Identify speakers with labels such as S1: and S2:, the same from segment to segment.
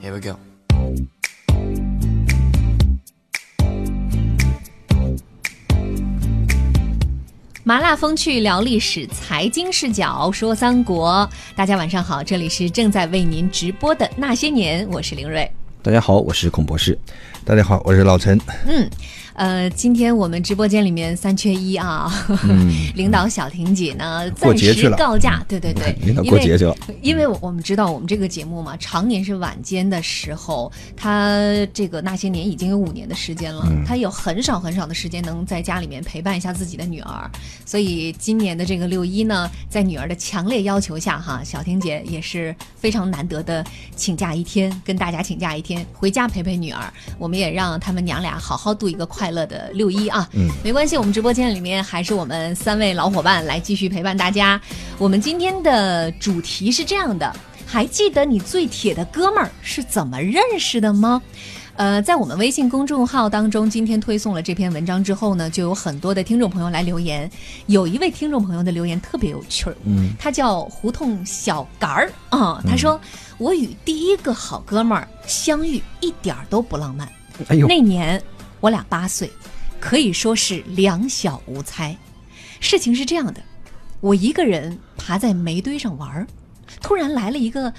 S1: Here we go.
S2: 《麻辣风趣聊历史，财经视角说三国》。大家晚上好，这里是正在为您直播的《那些年》，我是林睿。
S3: 大家好，我是孔博士。
S4: 大家好，我是老陈。
S2: 嗯，呃，今天我们直播间里面三缺一啊，
S3: 嗯
S2: 领导小婷姐呢
S4: 过
S2: 暂
S4: 节去
S2: 时
S4: 了
S2: 告假，对对对，
S3: 嗯领导
S2: 因
S3: 过
S2: 为
S3: 节去了
S2: 因为我我们知道我们这个节目嘛，常年是晚间的时候，他这个那些年已经有五年的时间了，
S3: 嗯
S2: 他有很少很少的时间能在家里面陪伴一下自己的女儿，所以今年的这个六一呢，在女儿的强烈要求下哈，小婷姐也是非常难得的请假一天，跟大家请假一天，回家陪陪女儿。我们也让他们娘俩好好度一个快乐的六一啊。嗯，没关系，我们直播间里面还是我们三位老伙伴来继续陪伴大家。我们今天的主题是这样的：还记得你最铁的哥们儿是怎么认识的吗？呃，在我们微信公众号当中，今天推送了这篇文章之后呢，就有很多的听众朋友来留言。有一位听众朋友的留言特别有趣儿，嗯，他叫胡同小杆儿啊、他说：“我与第一个好哥们儿相遇一点儿都不浪漫，
S3: 哎呦，
S2: 那年我俩八岁，可以说是两小无猜。事情是这样的，我一个人爬在煤堆上玩儿，突然来了一个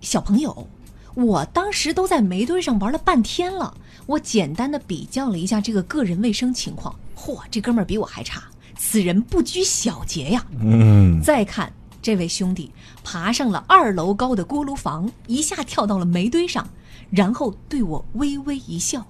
S2: 小朋友。我当时都在煤堆上玩了半天了，我简单的比较了一下这个个人卫生情况，嚯，这哥们儿比我还差，此人不拘小节呀。
S4: 嗯，
S2: 再看这位兄弟爬上了二楼高的锅炉房，一下跳到了煤堆上，然后对我微微一笑。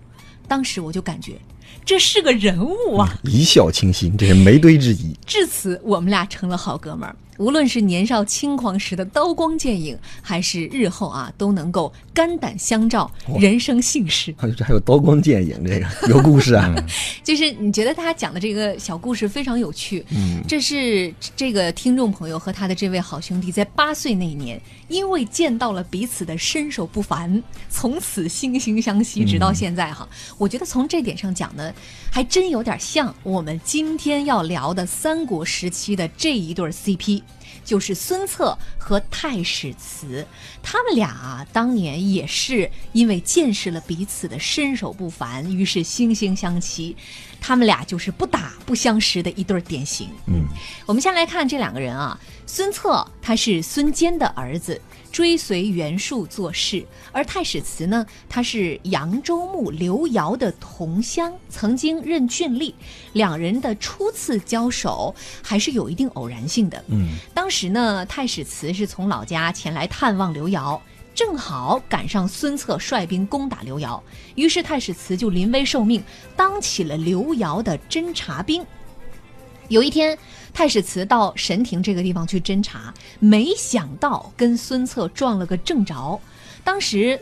S2: 当时我就感觉这是个人物啊！
S3: 一笑倾心，这是梅堆之一。
S2: 至此，我们俩成了好哥们儿。无论是年少轻狂时的刀光剑影，还是日后啊，都能够肝胆相照，人生幸事。
S3: 还有这还有刀光剑影，这个 有故事啊。
S2: 就是你觉得他讲的这个小故事非常有趣，嗯，这是这个听众朋友和他的这位好兄弟在八岁那一年，因为见到了彼此的身手不凡，从此惺惺相惜，直到现在哈。我觉得从这点上讲呢，还真有点像我们今天要聊的三国时期的这一对儿 CP。就是孙策和太史慈，他们俩啊，当年也是因为见识了彼此的身手不凡，于是惺惺相惜。他们俩就是不打不相识的一对儿典型。嗯，我们先来看这两个人啊，孙策他是孙坚的儿子，追随袁术做事；而太史慈呢，他是扬州牧刘繇的同乡，曾经任郡吏。两人的初次交手还是有一定偶然性的。嗯，当时呢，太史慈是从老家前来探望刘繇。正好赶上孙策率兵攻打刘繇，于是太史慈就临危受命，当起了刘繇的侦察兵。有一天，太史慈到神亭这个地方去侦查，没想到跟孙策撞了个正着。当时，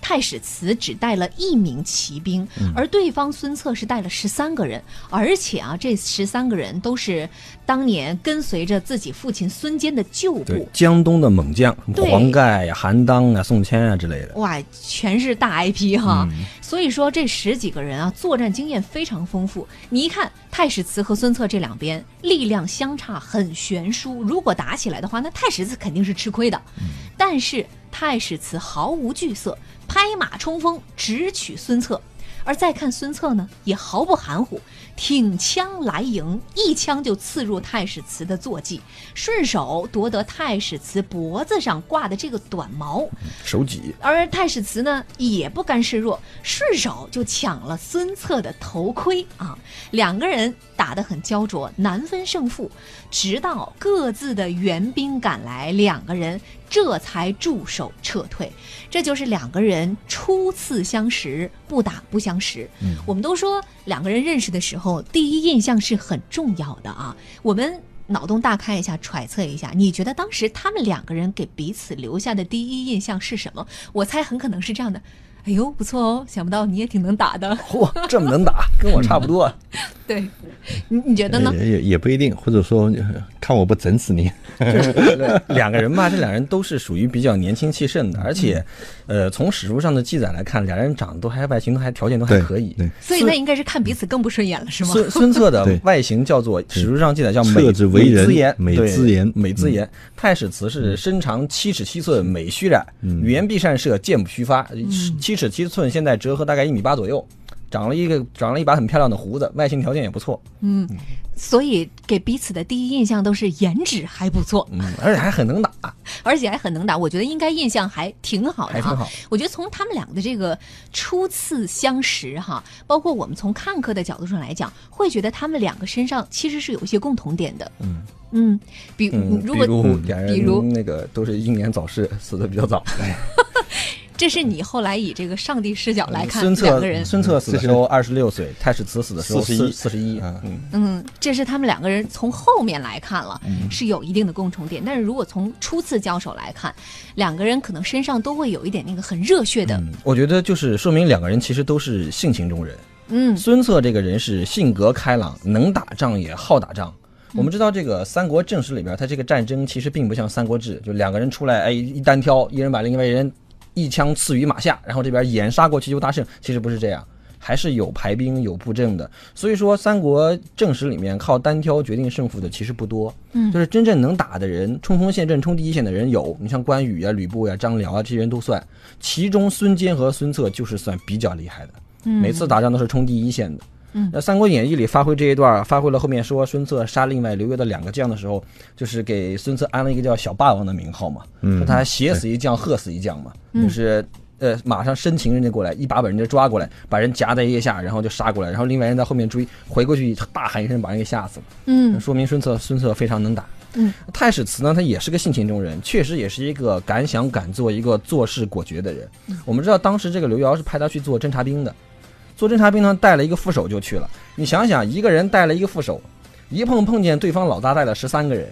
S2: 太史慈只带了一名骑兵，而对方孙策是带了十三个人，而且啊，这十三个人都是当年跟随着自己父亲孙坚的旧
S3: 对
S2: 部，。
S3: 江东的猛将，什么
S2: 对
S3: 黄盖呀、韩当啊、宋谦啊之类的。
S2: 哇，全是大 IP 哈，所以说这十几个人啊，作战经验非常丰富。你一看太史慈和孙策这两边力量相差很悬殊，如果打起来的话，那太史慈肯定是吃亏的。
S3: 嗯
S2: 但是太史慈毫无惧色，拍马冲锋，直取孙策。而再看孙策呢，也毫不含糊，挺枪来迎，一枪就刺入太史慈的坐骑，顺手夺得太史慈脖子上挂的这个短矛。
S3: 手戟，
S2: 而太史慈呢也不甘示弱，顺手就抢了孙策的头盔啊！两个人打得很焦灼，难分胜负，直到各自的援兵赶来，两个人这才驻守撤退。这就是两个人初次相识，不打不相识。我们都说两个人认识的时候，第一印象是很重要的啊。我们脑洞大开一下，揣测一下，你觉得当时他们两个人给彼此留下的第一印象是什么？我猜很可能是这样的。哎呦，不错哦，想不到你也挺能打的。
S3: 嚯、这么能打，跟我差不多。
S2: 对，你你觉得呢？
S4: 也也也不一定，或者说呃看我不整死你！
S3: 两个人吧，这两人都是属于比较年轻气盛的，而且，呃，从史书上的记载来看，两人长得都还外形都还条件都还
S4: 对，
S3: 可以。
S4: 对，
S2: 所以那应该是看彼此更不顺眼了，是吗？
S3: 孙孙策的
S4: 对
S3: 外形叫做史书上记载叫美
S4: 侧之为人
S3: 美姿颜，
S4: 美
S3: 对
S4: 姿颜嗯
S3: 美姿颜。太史慈是身长七尺七寸，美虚髯，
S4: 嗯
S3: 圆臂善射，剑不虚发。
S2: 嗯
S3: 七尺七寸，现在折合大概一米八左右，长了一个长了一把很漂亮的胡子，外形条件也不错，
S2: 所以给彼此的第一印象都是颜值还不错，
S3: 嗯，而且还很能打，
S2: 而且还很能打。我觉得应该印象还挺好的
S3: 还
S2: 哈、
S3: 挺好。
S2: 我觉得从他们两个的这个初次相识哈，包括我们从看客的角度上来讲，会觉得他们两个身上其实是有一些共同点的。嗯比
S3: 嗯，
S2: 如果
S3: 比如两人，
S2: 比如
S3: 那个都是英年早逝，死的比较早。
S2: 这是你后来以这个上帝视角来看
S3: 孙
S2: 两
S3: 策
S2: 个人，
S3: 孙策死的时
S4: 嗯
S3: 候二十六岁，太史慈死的时候
S4: 41
S3: 四十一，
S4: 啊
S3: 嗯，
S2: 嗯，这是他们两个人从后面来看了，是有一定的共同点。但是如果从初次交手来看，两个人可能身上都会有一点那个很热血的，
S3: 我觉得就是说明两个人其实都是性情中人。
S2: 嗯
S3: 孙策这个人是性格开朗，能打仗也好打仗。我们知道这个《三国正史》里边，他这个战争其实并不像《三国志》，就两个人出来，哎，一单挑，一人把另外一人一枪刺于马下，然后这边掩杀过去就大胜。其实不是这样，还是有排兵有布阵的。所以说，《三国正史》里面靠单挑决定胜负的其实不多。
S2: 嗯
S3: 就是真正能打的人，冲锋陷阵、冲第一线的人有，你像关羽啊、吕布呀、张辽啊这些人都算。其中孙坚和孙策就是算比较厉害的，每次打仗都是冲第一线的。
S2: 嗯
S3: 那《三国演义》里发挥这一段，发挥了后面说孙策杀另外刘越的两个将的时候，就是给孙策安了一个叫“小霸王”的名号嘛，说他挟死一将，喝死一将嘛，就是呃马上生擒人家过来，一把把人家抓过来，把人夹在腋下，然后就杀过来，然后另外人在后面追，回过去大喊一声，把人给吓死了。
S2: 嗯
S3: 说明孙策孙策非常能打。
S2: 嗯，
S3: 太史慈呢，他也是个性情中人，确实也是一个敢想敢做、一个做事果决的人。
S2: 嗯
S3: 我们知道当时这个刘瑶是派他去做侦察兵的，做侦察兵呢带了一个副手就去了。你想想，一个人带了一个副手，一碰碰见对方老大带了十三个人，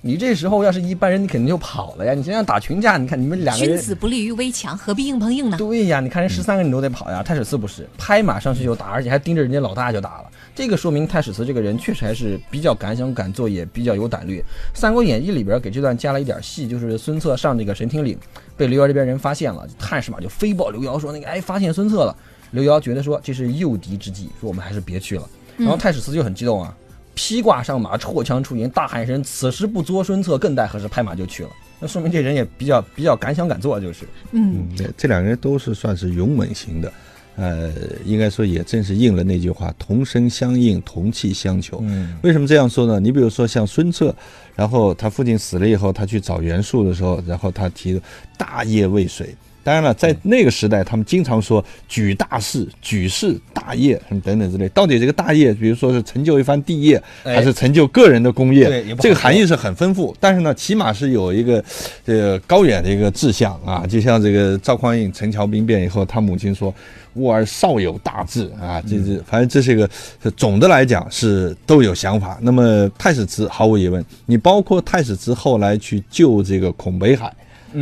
S3: 你这时候要是一般人，你肯定就跑了呀。你想想打群架，你看你们两个
S2: 君
S3: 人。
S2: 子不立于危墙，何必硬碰硬呢？
S3: 对呀，你看人十三个人都得跑呀，太史慈不是拍马上去就打，而且还盯着人家老大就打了。这个说明太史慈这个人确实还是比较敢想敢做，也比较有胆略。《三国演义》里边给这段加了一点戏，就是孙策上这个神亭岭，被刘瑶这边人发现了，探视马就飞报刘瑶说那个哎发现孙策了。刘瑶觉得说这是诱敌之计，说我们还是别去了。然后太史慈就很激动啊，披挂上马，绰枪出营，大喊一声：“此时不捉孙策，更待何时？”拍马就去了。那说明这人也比较比较敢想敢做，就是。
S2: 嗯
S4: 嗯，对这两个人都是算是勇猛型的，呃，应该说也正是应了那句话“同声相应，同气相求”。
S3: 嗯
S4: 为什么这样说呢？你比如说像孙策，然后他父亲死了以后，他去找袁术的时候，然后他提“大业未遂”。当然了，在那个时代，他们经常说“举大事”“举事大业”什么等等之类。到底这个大业，比如说是成就一番帝业，
S3: 哎
S4: 还是成就个人的功业，
S3: 对也不好
S4: 这个含义是很丰富。但是呢，起码是有一个呃高远的一个志向啊。就像这个赵匡胤陈桥兵变以后，他母亲说：“吾儿少有大志啊。”这
S3: 嗯
S4: 这，反正这是一个总的来讲是都有想法。那么太史慈毫无疑问，你包括太史慈后来去救这个孔北海。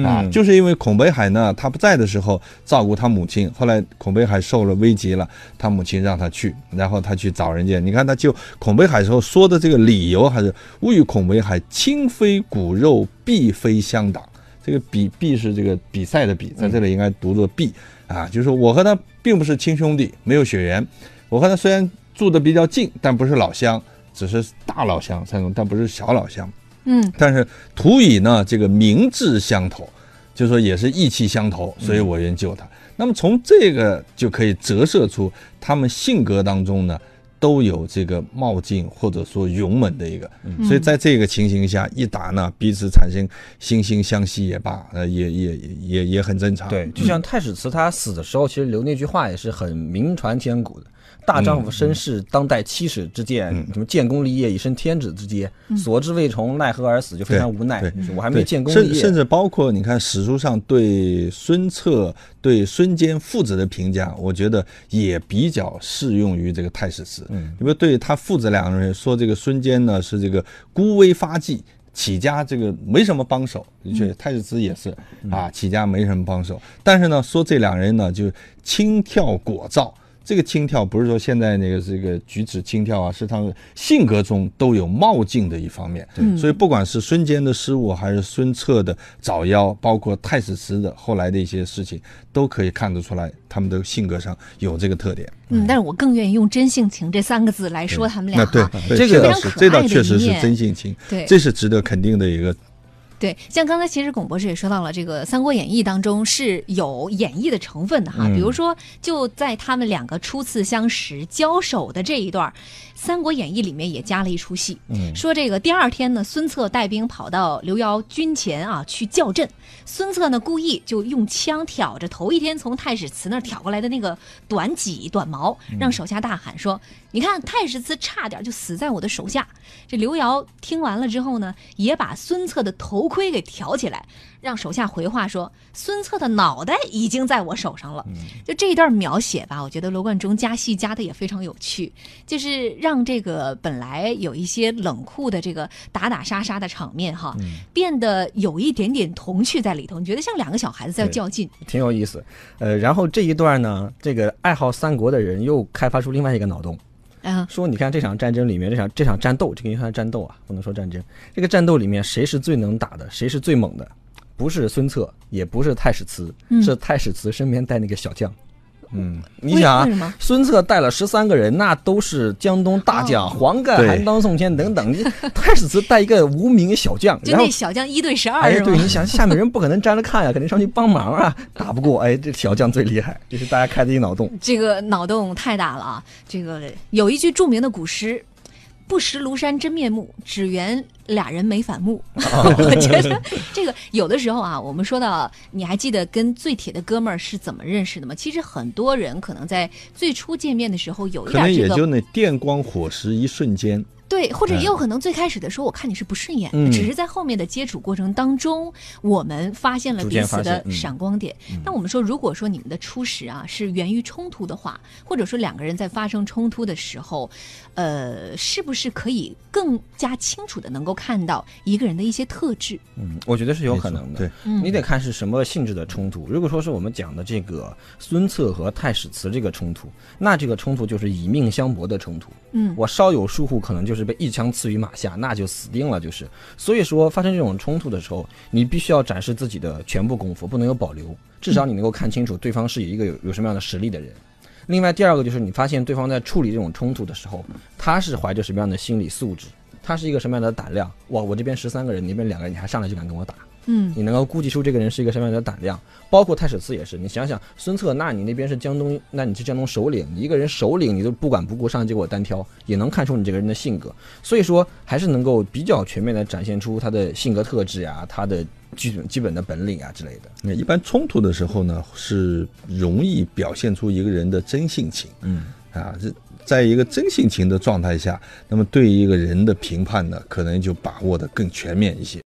S4: 啊，就是因为孔北海呢，他不在的时候照顾他母亲，后来孔北海受了危急了，他母亲让他去，然后他去找人家。你看他就孔北海时候说的这个理由，还是“勿与孔北海亲非骨肉，必非乡党”。这个比比是这个比赛的比，在这里应该读作比啊，就是说我和他并不是亲兄弟，没有血缘。我和他虽然住的比较近，但不是老乡，只是大老乡，三种，但不是小老乡。
S2: 嗯
S4: 但是土以呢，这个明志相投，就说也是意气相投，所以我愿救他。那么从这个就可以折射出他们性格当中呢，都有这个冒进或者说勇猛的一个。所以在这个情形下，一打呢，彼此产生惺惺相惜也罢，呃，也也也也也很正常。
S3: 对，就像太史慈他死的时候，其实留那句话也是很名传千古的：“大丈
S4: 嗯
S3: 夫身世，当代七尺之剑，什么建功立业，以身天子之阶，所至未从，奈何而死？”就非常无奈
S4: 对，
S3: 就是我还
S4: 对，
S3: 没建功
S4: 甚
S3: 立业，
S4: 甚至包括你看史书上对孙策、对孙坚父子的评价，我觉得也比较适用于这个太史慈。
S3: 嗯，
S4: 因为对他父子两个人说，这个孙坚呢是这个孤危发迹。起家这个没什么帮手，的确，太史慈也是
S3: 嗯
S4: 啊，起家没什么帮手。但是呢，说这两人呢，就轻佻果照，这个轻佻不是说现在那个这个举止轻佻啊，是他们性格中都有冒进的一方面。
S2: 对嗯
S4: 所以不管是孙坚的失误，还是孙策的早夭，包括太史慈的后来的一些事情，都可以看得出来，他们的性格上有这个特点。
S2: 嗯，但是我更愿意用真性情这三个字来说他们俩啊
S4: 那对
S2: 哈。，
S4: 对
S3: 这个
S4: 这
S2: 非
S4: 倒
S2: 常
S4: 是
S2: 可，
S4: 这倒
S2: 爱的
S4: 确
S2: 一
S4: 实是
S2: 面
S4: 真性情，
S2: 对
S4: 这是值得肯定的一个。
S2: 对，像刚才其实龚博士也说到了，这个《三国演义》当中是有演绎的成分的哈。
S4: 嗯
S2: 比如说，就在他们两个初次相识、交手的这一段，《三国演义》里面也加了一出戏，
S4: 嗯
S2: 说这个第二天呢，孙策带兵跑到刘繇军前啊去叫阵，孙策呢故意就用枪挑着头一天从太史慈那儿挑过来的那个短戟短矛，
S4: 嗯
S2: 让手下大喊说：“你看太史慈差点就死在我的手下。”这刘繇听完了之后呢，也把孙策的头盔给挑起来，让手下回话说：“孙策的脑袋已经在我手上了。”
S3: 嗯
S2: 就这一段描写吧，我觉得罗贯中加戏加的也非常有趣，就是让这个本来有一些冷酷的这个打打杀杀的场面哈，
S3: 嗯
S2: 变得有一点点童趣在里头。你觉得像两个小孩子在
S3: 对
S2: 较劲？
S3: 挺有意思。呃，然后这一段呢，这个爱好三国的人又开发出另外一个脑洞，
S2: 嗯，
S3: 说你看这场战争里面，这场这场战斗，这个应该算战斗啊，不能说战争。这个战斗里面，谁是最能打的，谁是最猛的？不是孙策，也不是太史慈，是太史慈身边带那个小将。
S4: 嗯，
S3: 你想
S2: 嗯为为什么
S3: 啊，孙策带了十三个人，那都是江东大
S2: 哦
S3: 将，黄盖、
S4: 对
S3: 韩当、宋谦等等。你太史慈带一个无名小将，
S2: 就
S3: 然后
S2: 那小将一对十二
S3: 哎，
S2: 是
S3: 对，
S2: 吗？
S3: 你想下面人不可能站着看呀、肯定上去帮忙啊，打不过，哎，这小将最厉害，这是大家开的一脑洞。
S2: 这个脑洞太大了啊！这个有一句著名的古诗。不识庐山真面目，只缘俩人没反目。
S4: 哦
S2: 我觉得这个有的时候啊，我们说到，你还记得跟最铁的哥们儿是怎么认识的吗？其实很多人可能在最初见面的时候有一
S4: 可能
S2: 点
S4: 也
S2: 这
S4: 就
S2: 个
S4: 那电光火石一瞬间。
S2: 对，或者也有可能最开始的时候我看你是不顺眼的，
S3: 嗯
S2: 只是在后面的接触过程当中，我们发现了
S3: 逐
S2: 彼
S3: 渐
S2: 此
S3: 发现
S2: 的
S3: 嗯
S2: 闪光点。那我们说，如果说你们的初识啊是源于冲突的话，或者说两个人在发生冲突的时候，呃，是不是可以更加清楚的能够看到一个人的一些特质？
S3: 嗯，我觉得是有可能的。
S4: 对，
S2: 嗯
S3: 你得看是什么性质的冲突。如果说是我们讲的这个孙策和太史慈这个冲突，那这个冲突就是以命相搏的冲突。
S2: 嗯
S3: 我稍有疏忽，可能就是被一枪刺于马下，那就死定了，就是。所以说，发生这种冲突的时候，你必须要展示自己的全部功夫，不能有保留，至
S2: 嗯
S3: 少你能够看清楚对方是一个有有什么样的实力的人。另外，第二个就是你发现对方在处理这种冲突的时候，他是怀着什么样的心理素质，他是一个什么样的胆量。哇，我这边十三个人，你那边两个人，你还上来就敢跟我打？
S2: 嗯
S3: 你能够估计出这个人是一个什么样的胆量，包括太史慈也是。你想想，孙策，那你那边是江东，那你是江东首领，你一个人首领，你都不管不顾上来就给我单挑，也能看出你这个人的性格。所以说，还是能够比较全面的展现出他的性格特质啊，他的基本基本的本领啊之类的。
S4: 那一般冲突的时候呢，是容易表现出一个人的真性情。
S3: 嗯，
S4: 啊，这在一个真性情的状态下，那么对一个人的评判呢，可能就把握的更全面一些。